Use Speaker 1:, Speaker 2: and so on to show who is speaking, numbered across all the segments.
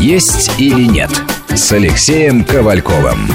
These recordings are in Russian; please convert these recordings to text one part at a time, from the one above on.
Speaker 1: «Есть или нет» с Алексеем Ковальковым.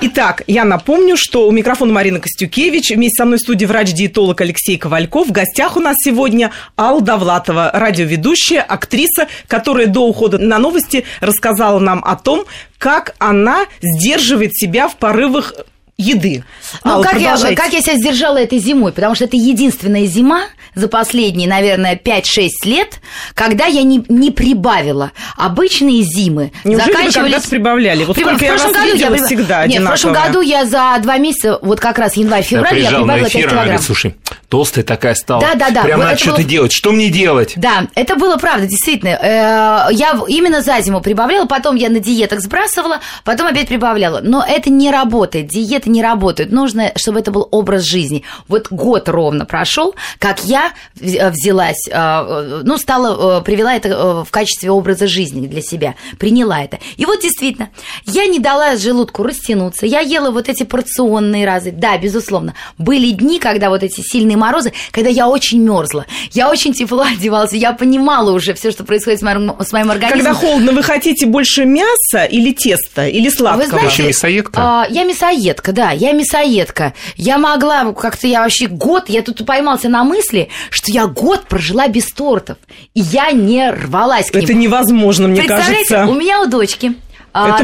Speaker 2: Итак, я напомню, что у микрофона Марина Костюкевич. Вместе со мной в студии врач-диетолог Алексей Ковальков. В гостях у нас сегодня Алла Довлатова, радиоведущая, актриса, которая до ухода на новости рассказала нам о том, как она сдерживает себя в порывах еды.
Speaker 3: Ну,
Speaker 2: Алла,
Speaker 3: как, я,
Speaker 2: А, продолжайте.
Speaker 3: как я себя сдержала этой зимой? Потому что это единственная зима за последние, наверное, 5-6 лет, когда я не, не прибавила. Обычные зимы
Speaker 2: Неужели вы
Speaker 3: заканчивались...
Speaker 2: когда-то прибавляли? Вот
Speaker 3: При-
Speaker 2: сколько я вас видела,
Speaker 3: прибав-
Speaker 2: всегда
Speaker 3: Нет, в прошлом
Speaker 2: одинаковое.
Speaker 3: году я за два месяца, вот как раз
Speaker 4: Я
Speaker 3: январь-февраль, я,
Speaker 4: приезжал на
Speaker 3: прибавила 5
Speaker 4: эфир, она
Speaker 3: килограмм.
Speaker 4: говорит, слушай, толстая такая стала.
Speaker 3: Да-да-да,
Speaker 4: Прям
Speaker 3: вот
Speaker 4: надо
Speaker 3: это
Speaker 4: что-то
Speaker 3: было-
Speaker 4: делать. Что мне делать?
Speaker 3: Да, это было правда, действительно. Э, Я в- именно за зиму прибавляла, потом я на диетах сбрасывала, потом опять прибавляла. Но это не работает, диеты не работают. Нужно, чтобы это был образ жизни. Вот год ровно прошел, как я вз- э, взялась, э, э, ну, стала, э, привела это э, в качестве образа жизни для себя, приняла это. И вот действительно, я не дала желудку растянуться, я ела вот эти порционные разы. Да, безусловно, были дни, когда вот эти сильные морозы, когда я очень мерзла, я очень тепло одевалась, я понимала уже все, что происходит с моим, с моим
Speaker 2: Когда
Speaker 3: организмом.
Speaker 2: холодно, вы хотите больше мяса или теста, или сладкого?
Speaker 3: А Вы знаете,
Speaker 4: Ты еще мясоедка?
Speaker 3: а, я мясоедка, да, я мясоедка. Я могла как-то, я вообще год, я тут поймался на мысли, что я год прожила без тортов, и я не рвалась к ним.
Speaker 2: Это невозможно, мне
Speaker 3: Представляете,
Speaker 2: кажется.
Speaker 3: у меня у дочки а,
Speaker 2: Это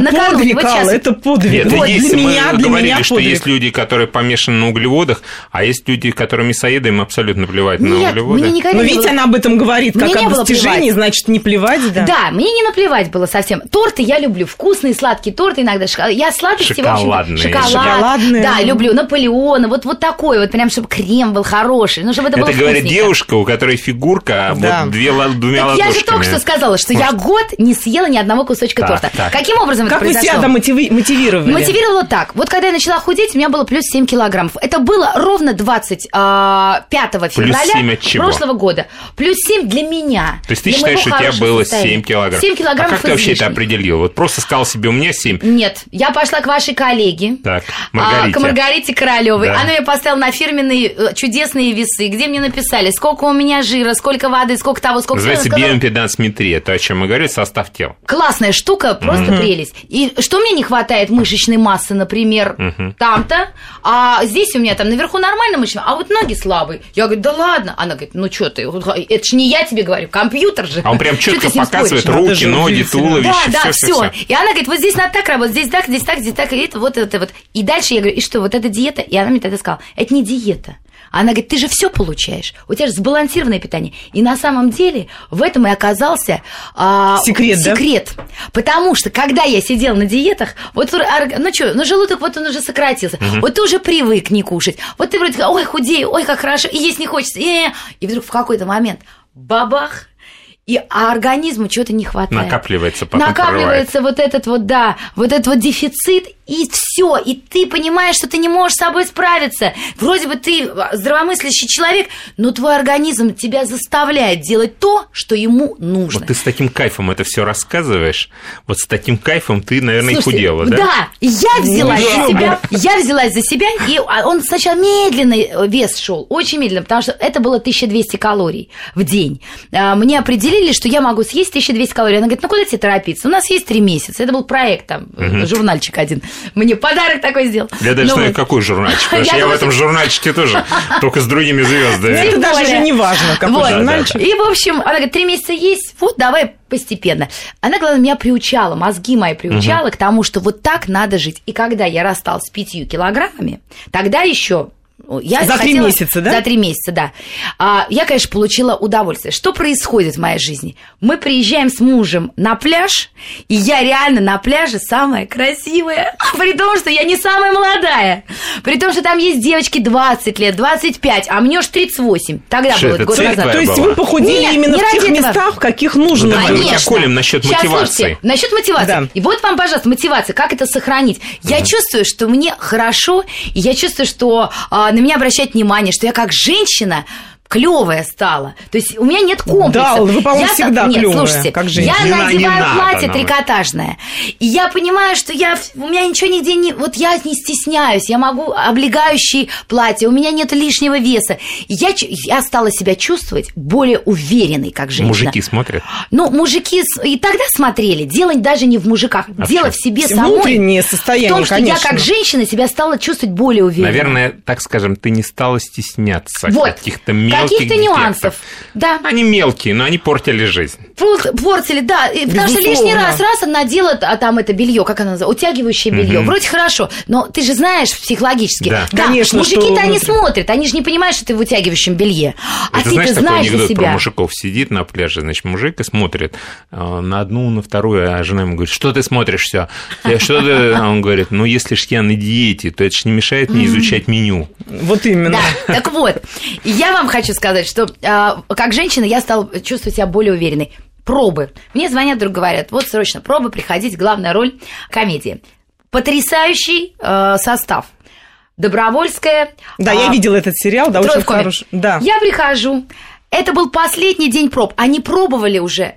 Speaker 2: подвиг,
Speaker 3: накануне, вот
Speaker 2: Алла,
Speaker 3: щас-
Speaker 2: это подвиг.
Speaker 4: Нет,
Speaker 2: Вот
Speaker 4: есть,
Speaker 2: для
Speaker 4: мы
Speaker 2: меня, для
Speaker 4: говорили,
Speaker 2: меня
Speaker 4: что
Speaker 2: подвиг.
Speaker 4: есть люди, которые помешаны на углеводах, а есть люди, которые мясоеды, им абсолютно плевать на
Speaker 3: Нет,
Speaker 4: углеводы.
Speaker 3: мне никогда
Speaker 2: Но
Speaker 3: не
Speaker 2: видите,
Speaker 3: было-
Speaker 2: она Ну, об этом говорит,
Speaker 3: Мне
Speaker 2: как
Speaker 3: не
Speaker 2: о
Speaker 3: было
Speaker 2: достижении,
Speaker 3: плевать.
Speaker 2: значит, не плевать, да?
Speaker 3: Да. мне не наплевать было совсем. Торты я люблю, вкусные, сладкие торты иногда. шока- Я сладости,
Speaker 4: Шоколадные.
Speaker 3: в общем, шоколад.
Speaker 2: Шоколадные.
Speaker 3: Да, люблю Наполеона, вот вот такой вот прям, чтобы крем был хороший, ну чтобы это,
Speaker 4: Это,
Speaker 3: было
Speaker 4: говорит
Speaker 3: вкусненько.
Speaker 4: девушка, у которой фигурка а
Speaker 2: Да.
Speaker 4: вот две, ла-
Speaker 3: Так я
Speaker 4: двумя ладошками.
Speaker 3: же только что сказала, что я год не съела ни одного кусочка
Speaker 4: Так,
Speaker 3: торта.
Speaker 4: так.
Speaker 3: Каким образом
Speaker 2: Как
Speaker 3: это
Speaker 2: вы
Speaker 3: произошло?
Speaker 2: себя мотиви- мотивировали?
Speaker 3: Мотивировала так. Вот когда я начала худеть, у меня было плюс 7 килограммов. Это было ровно 25
Speaker 4: семь
Speaker 3: февраля
Speaker 4: от чего?
Speaker 3: прошлого года. Плюс 7 для меня.
Speaker 4: То есть ты
Speaker 3: Для
Speaker 4: считаешь,
Speaker 3: моего
Speaker 4: что у тебя
Speaker 3: хорошего
Speaker 4: было
Speaker 3: состояния.
Speaker 4: 7 килограмм?
Speaker 3: 7
Speaker 4: А
Speaker 3: килограммов Ну,
Speaker 4: как ты вообще это
Speaker 3: излишним.
Speaker 4: определил? Вот просто сказал себе, у меня 7.
Speaker 3: Нет, я пошла к вашей коллеге.
Speaker 4: Так,
Speaker 3: а,
Speaker 4: Маргарите.
Speaker 3: К Маргарите Королевой.
Speaker 4: Да.
Speaker 3: Она мне поставила на фирменные э, чудесные весы, где мне написали, сколько у меня жира, сколько воды, сколько того, сколько всего. Я
Speaker 4: Называется
Speaker 3: сказала,
Speaker 4: биоимпедансметрия, то, о чем мы говорим, состав тела.
Speaker 3: Классная штука, просто прелесть. И что мне не хватает мышечной массы, например, там-то, а здесь у меня там наверху нормально мышечная, а вот ноги слабые. Я говорю, да ладно. Она говорит, ну что ты, это же не я тебе говорю, компьютер же.
Speaker 4: А он прям
Speaker 3: Чё
Speaker 4: четко
Speaker 3: ты с ним
Speaker 4: показывает
Speaker 3: споришь?
Speaker 2: Надо
Speaker 4: руки,
Speaker 2: же
Speaker 4: ноги,
Speaker 2: удивительно.
Speaker 4: туловище,
Speaker 3: Да, да,
Speaker 4: все,
Speaker 3: все. И она говорит, вот здесь надо так работать, здесь так, здесь так, здесь так, и это вот это вот. И дальше я говорю, и что, вот эта диета? И она мне тогда сказала, это не диета. Она говорит, ты же все получаешь, у тебя же сбалансированное питание. И на самом деле в этом и оказался а,
Speaker 2: Секрет, да?
Speaker 3: секрет. Потому что когда я сидела на диетах, вот орг- ну что, ну желудок вот он уже сократился, вот ты уже привык не кушать, вот ты вроде ой худею, ой как хорошо, и есть не хочется, и, и вдруг в какой-то момент бабах. И а организму чего-то не хватает.
Speaker 4: Накапливается, потом
Speaker 3: Накапливается вот этот вот, да, вот этот вот дефицит, и все. И ты понимаешь, что ты не можешь с собой справиться. Вроде бы ты здравомыслящий человек, но твой организм тебя заставляет делать то, что ему нужно.
Speaker 4: Вот ты с таким кайфом это все рассказываешь. Вот с таким кайфом ты, наверное,
Speaker 3: Слушайте,
Speaker 4: и худела, да? Ну,
Speaker 3: я взялась
Speaker 4: Да.
Speaker 3: за себя, я взялась за себя, и а он сначала медленный э, вес шел, очень медленно, потому что это было 1200 калорий в день. А, Мне определили, что я могу съесть 1200 калорий. Она говорит, ну куда тебе торопиться? У нас есть три месяца. Это был проект там, э, журнальчик один. Мне подарок такой сделал.
Speaker 4: Я даже
Speaker 3: Ну
Speaker 4: знаю,
Speaker 3: вот.
Speaker 4: какой журнальчик. Потому
Speaker 3: Я
Speaker 4: что я в
Speaker 3: тоже-
Speaker 4: этом журнальчике тоже, только с другими звездами.
Speaker 2: Это
Speaker 3: Тем
Speaker 2: даже
Speaker 3: более.
Speaker 2: уже не важно, какой
Speaker 3: Вот.
Speaker 2: журнальчик.
Speaker 3: И, в общем, она говорит, три месяца есть, вот давай постепенно. Она, главное, меня приучала, мозги мои приучала к тому, что вот так надо жить. И когда я рассталась с пятью килограммами, тогда еще ну, я
Speaker 2: За три
Speaker 3: хотела-
Speaker 2: месяца, да?
Speaker 3: За три месяца, да. А, я, конечно, получила удовольствие. Что происходит в моей жизни? Мы приезжаем с мужем на пляж, и я реально на пляже самая красивая, при том, что я не самая молодая. При том, что там есть девочки 20 лет, 25, а мне уж 38. Тогда
Speaker 4: Что
Speaker 3: было,
Speaker 4: это,
Speaker 3: год
Speaker 4: цель
Speaker 3: назад.
Speaker 4: твоя
Speaker 2: То есть
Speaker 4: была.
Speaker 2: вы похудели
Speaker 3: Нет,
Speaker 2: именно
Speaker 3: не
Speaker 2: в
Speaker 3: ради
Speaker 2: тех
Speaker 3: этого.
Speaker 2: местах, в каких нужно
Speaker 4: давай,
Speaker 2: было.
Speaker 4: мы тебя а колем насчет
Speaker 3: Щас,
Speaker 4: мотивации.
Speaker 3: слушайте, насчет мотивации.
Speaker 2: Да.
Speaker 3: И вот вам, пожалуйста, мотивация. Как это сохранить? Я чувствую, что мне хорошо, и я чувствую, что а, на меня обращают внимание, что я как женщина клевая стала. То есть у меня нет комплекса.
Speaker 2: Да, вы, по-моему,
Speaker 3: Я так-
Speaker 2: всегда
Speaker 3: Нет,
Speaker 2: клёвая,
Speaker 3: слушайте,
Speaker 2: как женщина.
Speaker 3: я
Speaker 4: Не на- не
Speaker 3: надеваю
Speaker 4: надо ну.
Speaker 3: платье
Speaker 4: нам.
Speaker 3: трикотажное. И я понимаю, что я, в- у меня ничего нигде не... Вот я не стесняюсь, я могу облегающие платья, у меня нет лишнего веса. И я, чу- я стала себя чувствовать более уверенной, как женщина.
Speaker 4: Мужики смотрят.
Speaker 3: Ну, мужики с- и тогда смотрели. Дело даже не в мужиках.
Speaker 4: А в
Speaker 3: дело
Speaker 4: чём?
Speaker 3: в себе самой.
Speaker 2: Внутреннее
Speaker 3: в
Speaker 2: состояние,
Speaker 3: том, что
Speaker 2: конечно.
Speaker 3: я как женщина себя стала чувствовать более уверенно.
Speaker 4: Наверное, так скажем, ты не стала стесняться
Speaker 3: вот.
Speaker 4: каких-то мелких
Speaker 3: Каких-то
Speaker 4: дефектов.
Speaker 3: нюансов. Да.
Speaker 4: Они мелкие, но они портили жизнь.
Speaker 3: Пор- Портили, да. И Потому что
Speaker 2: Безусловно.
Speaker 3: лишний раз, раз надела а там это белье, как оно называется, утягивающее белье.
Speaker 4: Мгм.
Speaker 3: Вроде хорошо, но ты же знаешь психологически.
Speaker 4: Да.
Speaker 2: Конечно,
Speaker 3: Мужики-то
Speaker 2: что
Speaker 3: они
Speaker 2: внутри.
Speaker 3: смотрят, они же не понимают, что ты в утягивающем белье. А
Speaker 4: Это
Speaker 3: ты
Speaker 4: знаешь
Speaker 3: это
Speaker 4: такой
Speaker 3: знаешь за
Speaker 4: анекдот про
Speaker 3: себя.
Speaker 4: мужиков? Сидит на пляже, значит, мужик и смотрит э, на одну, на вторую, а жена ему говорит, что ты смотришь все? Что ты? А он говорит, ну, если ж я на диете, то это ж не мешает мне изучать меню.
Speaker 2: Вот именно.
Speaker 3: Да, так вот, и я вам хочу сказать, что а, как женщина я стала чувствовать себя более уверенной. Пробы. Мне звонят, вдруг говорят, вот срочно пробы, приходить, главная роль комедии. Потрясающий э, состав. Добровольская.
Speaker 2: Да,
Speaker 3: а,
Speaker 2: я видела этот сериал, да,
Speaker 3: «Трое
Speaker 2: очень
Speaker 3: в коме».
Speaker 2: хороший. Да.
Speaker 3: Я прихожу. Это был последний день проб. Они пробовали уже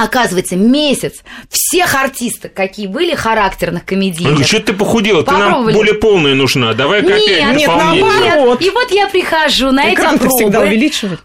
Speaker 3: оказывается, месяц всех артисток, какие были характерных
Speaker 4: Он
Speaker 3: комедийных.
Speaker 4: говорит, что ты похудела, ты нам
Speaker 3: Попробовали.
Speaker 4: более полная нужна, давай-ка
Speaker 3: Нет,
Speaker 4: опять
Speaker 2: нет,
Speaker 4: дополнение».
Speaker 2: наоборот. Вот.
Speaker 3: И вот я прихожу на эти
Speaker 2: Экран-то
Speaker 3: пробы.
Speaker 2: всегда увеличивает.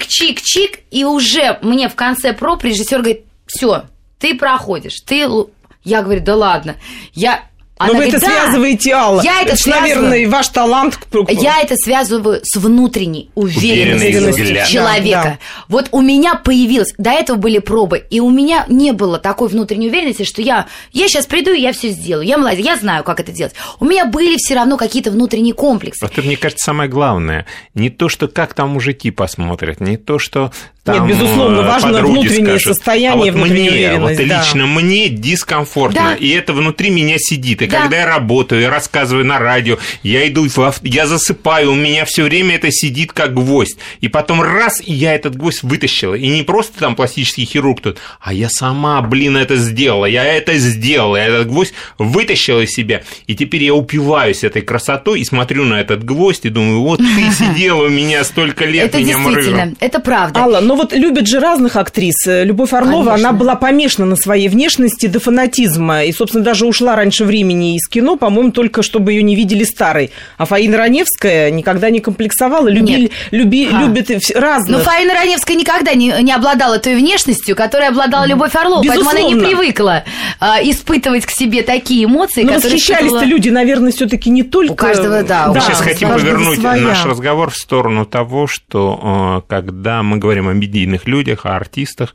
Speaker 3: Чик-чик-чик, и уже мне в конце проб режиссер говорит, все, ты проходишь, ты... лу-». Я говорю, да ладно, я...
Speaker 2: Но вы это
Speaker 3: говорит, «Да».
Speaker 2: связываете, Алла.
Speaker 3: Я это
Speaker 2: ж, наверное, и ваш талант. к-
Speaker 3: Я это связываю с внутренней
Speaker 4: Уверенный
Speaker 3: уверенностью
Speaker 4: взгляд.
Speaker 3: человека.
Speaker 2: Да, да.
Speaker 3: Вот у меня появилось, до этого были пробы, и у меня не было такой внутренней уверенности, что я, я сейчас приду и я все сделаю, я молодец, я знаю, как это делать. У меня были все равно какие-то внутренние комплексы.
Speaker 4: Вот это, мне кажется, самое главное. Не то, что как там мужики посмотрят, не то, что там
Speaker 2: Нет, безусловно,
Speaker 4: э,
Speaker 2: важно
Speaker 4: подруги
Speaker 2: внутреннее
Speaker 4: скажут.
Speaker 2: состояние,
Speaker 4: а вот
Speaker 2: внутренняя
Speaker 4: мне, вот
Speaker 2: уверенность, да.
Speaker 4: лично мне дискомфортно,
Speaker 3: Да.
Speaker 4: и это внутри меня сидит. И
Speaker 3: Да.
Speaker 4: когда я работаю, я рассказываю на радио, я иду, в ав- я засыпаю, у меня все время это сидит как гвоздь. И потом раз, и я этот гвоздь вытащила. И не просто там пластический хирург тут, а я сама, блин, это сделала, я это сделала, я этот гвоздь вытащила из себя. И теперь я упиваюсь этой красотой и смотрю на этот гвоздь и думаю, вот ты сидела у меня столько лет,
Speaker 3: это
Speaker 4: меня
Speaker 3: действительно,
Speaker 4: мурыжила.
Speaker 3: это правда.
Speaker 2: Алла, но вот любят же разных актрис. Э, Любовь Орлова,
Speaker 3: Конечно.
Speaker 2: она была помешана на своей внешности до фанатизма. И, собственно, даже ушла раньше времени из кино, по-моему, только чтобы ее не видели старой. А Фаина Раневская никогда не комплексовала. Любили,
Speaker 3: Нет.
Speaker 2: люби,
Speaker 3: А.
Speaker 2: Любит и вс-
Speaker 3: Но
Speaker 2: разных.
Speaker 3: Фаина Раневская никогда не, не обладала той внешностью, которой обладала Любовь Орлова, поэтому она не
Speaker 2: Безусловно.
Speaker 3: привыкла а, испытывать к себе такие эмоции,
Speaker 2: но
Speaker 3: которые
Speaker 2: Ну, восхищались-то
Speaker 3: испытывала-
Speaker 2: люди, наверное, все-таки не только...
Speaker 3: каждого, да, у
Speaker 4: Мы
Speaker 3: Да,
Speaker 4: сейчас
Speaker 3: у
Speaker 4: хотим
Speaker 2: каждого
Speaker 4: повернуть
Speaker 2: своя.
Speaker 4: наш разговор в сторону того, что э, когда мы говорим о медийных людях, о артистах,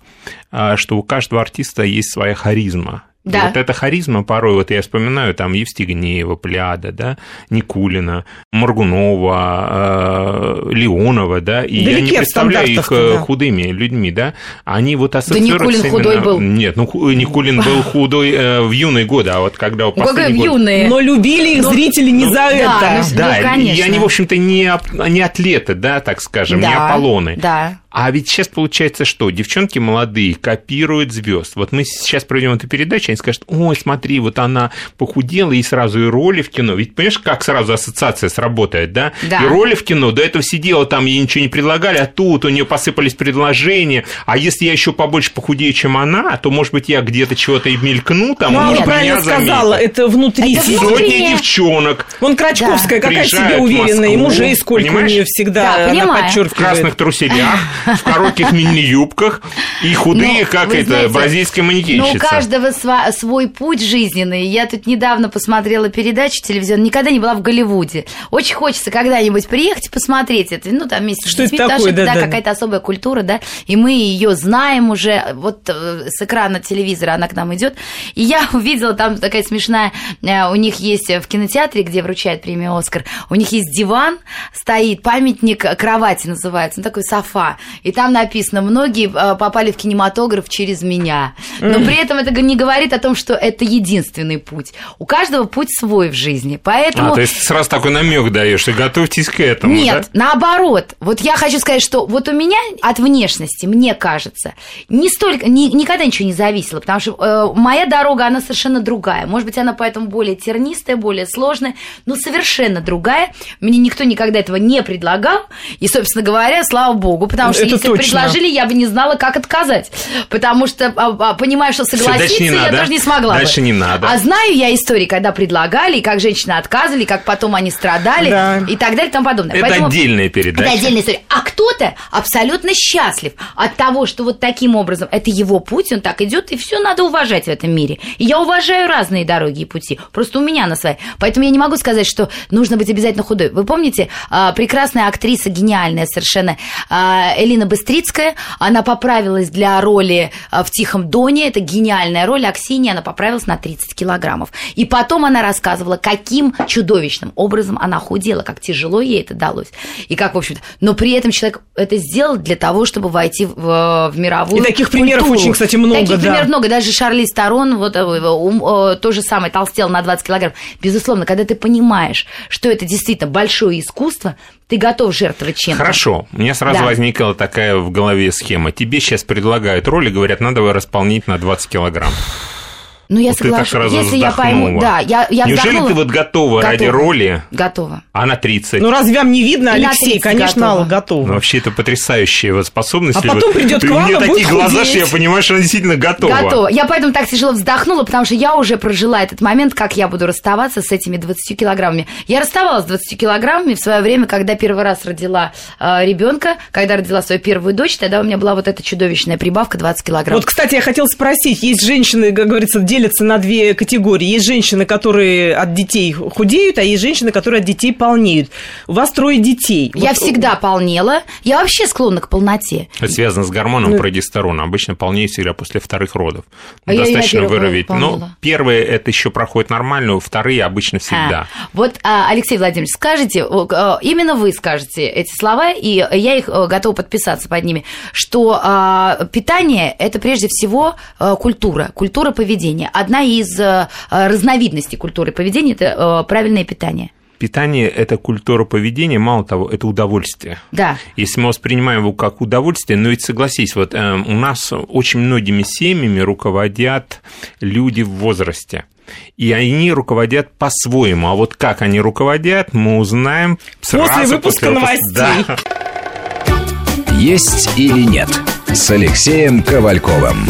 Speaker 4: э, что у каждого артиста есть своя харизма. И
Speaker 3: Да.
Speaker 4: вот эта харизма порой, вот я вспоминаю, там Евстигнеева, Пляда, да, Никулина, Моргунова, э, Леонова, да, и я не
Speaker 2: Далеки от
Speaker 4: представляю их
Speaker 2: стандартов-то,
Speaker 4: э,
Speaker 2: да.
Speaker 4: худыми людьми, да, они вот ассоциируются
Speaker 3: Никулин
Speaker 4: именно-
Speaker 3: худой был.
Speaker 4: Нет, ну ху- Никулин был худой э, в юные годы, а вот когда в
Speaker 3: Какой
Speaker 4: последний год-
Speaker 3: юные.
Speaker 2: Но любили их зрители не за это.
Speaker 3: ну,
Speaker 4: А, да, и- и
Speaker 3: конечно.
Speaker 4: они, в общем-то, не, ап- не атлеты, да, так скажем, не
Speaker 3: Да,
Speaker 4: Аполлоны.
Speaker 3: Да.
Speaker 4: А ведь сейчас получается, что девчонки молодые копируют звезд. Вот мы сейчас проведем эту передачу, они скажут, ой, смотри, вот она похудела, и сразу и роли в кино. Ведь понимаешь, как сразу ассоциация сработает, да?
Speaker 3: Да.
Speaker 4: И роли в кино, до этого сидела, там ей ничего не предлагали, а тут у нее посыпались предложения. А если я еще побольше похудею, чем она, то, может быть, я где-то чего-то и мелькну, там,
Speaker 2: Ну,
Speaker 3: а
Speaker 4: и,
Speaker 2: Алла
Speaker 4: может,
Speaker 2: правильно
Speaker 4: меня заметят.
Speaker 2: сказала, это внутри
Speaker 3: Это
Speaker 2: сидит.
Speaker 3: внутри.
Speaker 4: Сотни девчонок
Speaker 2: Вон Крачковская,
Speaker 4: Да.
Speaker 2: какая себе
Speaker 4: Приезжают в
Speaker 2: уверенная, и
Speaker 4: Москву,
Speaker 2: мужей сколько
Speaker 4: понимаешь?
Speaker 2: у нее всегда,
Speaker 3: Да,
Speaker 2: она
Speaker 3: понимаю.
Speaker 4: в
Speaker 2: подчеркивает.
Speaker 4: красных труселях, в коротких мини-юбках и худые,
Speaker 3: Ну,
Speaker 4: как
Speaker 3: вы
Speaker 4: это,
Speaker 3: знаете,
Speaker 4: бразильская
Speaker 3: Ну, у
Speaker 4: манекенщица.
Speaker 3: каждого сва- свой путь жизненный. Я тут недавно посмотрела передачу телевизионную, никогда не была в Голливуде. Очень хочется когда-нибудь приехать и посмотреть это. Ну, там вместе с
Speaker 2: Что это
Speaker 3: детьми,
Speaker 2: такое?
Speaker 3: потому что
Speaker 2: Да,
Speaker 3: да,
Speaker 2: да.
Speaker 3: какая-то особая культура, да, и мы ее знаем уже. Вот э, с экрана телевизора она к нам идет. И я увидела там такая смешная, э, у них есть в кинотеатре, где вручают премию «Оскар», у них есть диван, стоит памятник кровати называется, ну, такой софа. и там написано, многие э, попали в кинематограф через меня. Но при этом это не говорит о том, что это единственный путь. У каждого путь свой в жизни. Поэтому...
Speaker 4: А, то есть сразу такой намек даешь, и готовьтесь к этому.
Speaker 3: ну, Нет,
Speaker 4: да?
Speaker 3: наоборот. Вот я хочу сказать, что вот у меня от внешности, мне кажется, не столько, ни- никогда ничего не зависело, потому что э, моя дорога, она совершенно другая. Может быть, она поэтому более тернистая, более сложная, но совершенно другая. Мне никто никогда этого не предлагал. И, собственно говоря, слава богу, потому что
Speaker 2: Это
Speaker 3: если
Speaker 2: точно.
Speaker 3: предложили, я бы не знала, как отказать. Потому что а, а, понимаю, что
Speaker 4: дальше не
Speaker 3: согласиться я
Speaker 4: надо.
Speaker 3: тоже не смогла
Speaker 4: Дальше
Speaker 3: бы.
Speaker 4: не надо.
Speaker 3: А знаю я истории, когда предлагали, и как женщины отказывали, и как потом они страдали,
Speaker 2: Да.
Speaker 3: и так далее, и тому подобное.
Speaker 4: Это
Speaker 3: Поэтому-
Speaker 4: отдельная передача.
Speaker 3: это отдельная история. А кто-то абсолютно счастлив от того, что вот таким образом это его путь, он так идет, и все надо уважать в этом мире. И я уважаю разные дороги и пути. Просто у меня на своей. Поэтому я не могу сказать, что нужно быть обязательно худой. Вы помните, а, прекрасная актриса, гениальная совершенно а, Элина Быстрицкая, она поправилась для роли а, в «Тихом доне», это гениальная роль Аксиньи, она поправилась на 30 килограммов. И потом она рассказывала, каким чудовищным образом она худела, как тяжело ей это далось. И как, в общем-то... Но при этом человек это сделал для того, чтобы войти в, э, в мировую
Speaker 2: И таких примеров
Speaker 3: культуру.
Speaker 2: очень, кстати, много,
Speaker 3: Таких
Speaker 2: да.
Speaker 3: примеров много. Даже Шарли Сторон, вот, э, э, ум, э, то же самое, толстел на 20 килограмм. Безусловно, когда ты понимаешь, что это действительно большое искусство, ты готов жертвовать чем-то.
Speaker 4: Хорошо, у меня сразу
Speaker 3: Да.
Speaker 4: возникла такая в голове схема. Тебе сейчас предлагают роли, говорят, надо его располнить на 20 килограмм.
Speaker 3: Ну, я
Speaker 4: Вот ты так
Speaker 3: соглашусь.
Speaker 4: сразу
Speaker 3: Если я пойму,
Speaker 4: вздохнула.
Speaker 3: да, я, я
Speaker 4: Неужели
Speaker 3: вздохнула.
Speaker 4: ты вот готова, ради
Speaker 3: Готова.
Speaker 4: роли,
Speaker 3: Готова.
Speaker 4: а на 30?
Speaker 2: Ну, разве вам не видно,
Speaker 3: И на
Speaker 2: Алексей?
Speaker 3: 30
Speaker 2: Конечно,
Speaker 3: готова.
Speaker 2: Алла готова.
Speaker 4: Ну, вообще, это потрясающая вот способность.
Speaker 2: А
Speaker 4: Лена.
Speaker 2: потом придет
Speaker 4: Ты-
Speaker 2: к вам,
Speaker 4: У нее
Speaker 2: а
Speaker 4: такие
Speaker 2: будет
Speaker 4: глаза, что
Speaker 2: худеть.
Speaker 4: я понимаю, что она действительно готова.
Speaker 3: Готова. Я поэтому так тяжело вздохнула, потому что я уже прожила этот момент, как я буду расставаться с этими 20 килограммами. Я расставалась с 20 килограммами в свое время, когда первый раз родила а, ребенка, когда родила свою первую дочь, тогда у меня была вот эта чудовищная прибавка 20 килограмм.
Speaker 2: Вот, кстати, я хотела спросить, есть женщины, как говорится, делятся на две категории. Есть женщины, которые от детей худеют, а есть женщины, которые от детей полнеют. У вас трое детей.
Speaker 3: я
Speaker 2: Вот,
Speaker 3: всегда полнела. Я вообще склонна к полноте.
Speaker 4: Это связано с гормоном прогестерона. Обычно полнеет всегда после вторых родов.
Speaker 3: Ну, А я и на
Speaker 4: Достаточно
Speaker 3: первых родах
Speaker 4: выровнять. Но
Speaker 3: полнела.
Speaker 4: первые это еще проходит нормально, вторые обычно всегда.
Speaker 3: А, Вот, а, Алексей Владимирович, скажите, о, к- а, именно вы скажете эти слова, и я их э, готова подписаться под ними, что а, питание – это прежде всего э, культура, культура поведения. Одна из э, э, разновидностей культуры поведения – это э, правильное питание.
Speaker 4: Питание – это культура поведения, мало того, это удовольствие.
Speaker 3: Да.
Speaker 4: Если мы воспринимаем его как удовольствие, но ведь согласись, вот э, у нас очень многими семьями руководят люди в возрасте. И они руководят по-своему. А вот как они руководят, мы узнаем сразу
Speaker 2: выпуска новостей.
Speaker 4: Да.
Speaker 1: «Есть или нет» с Алексеем Ковальковым.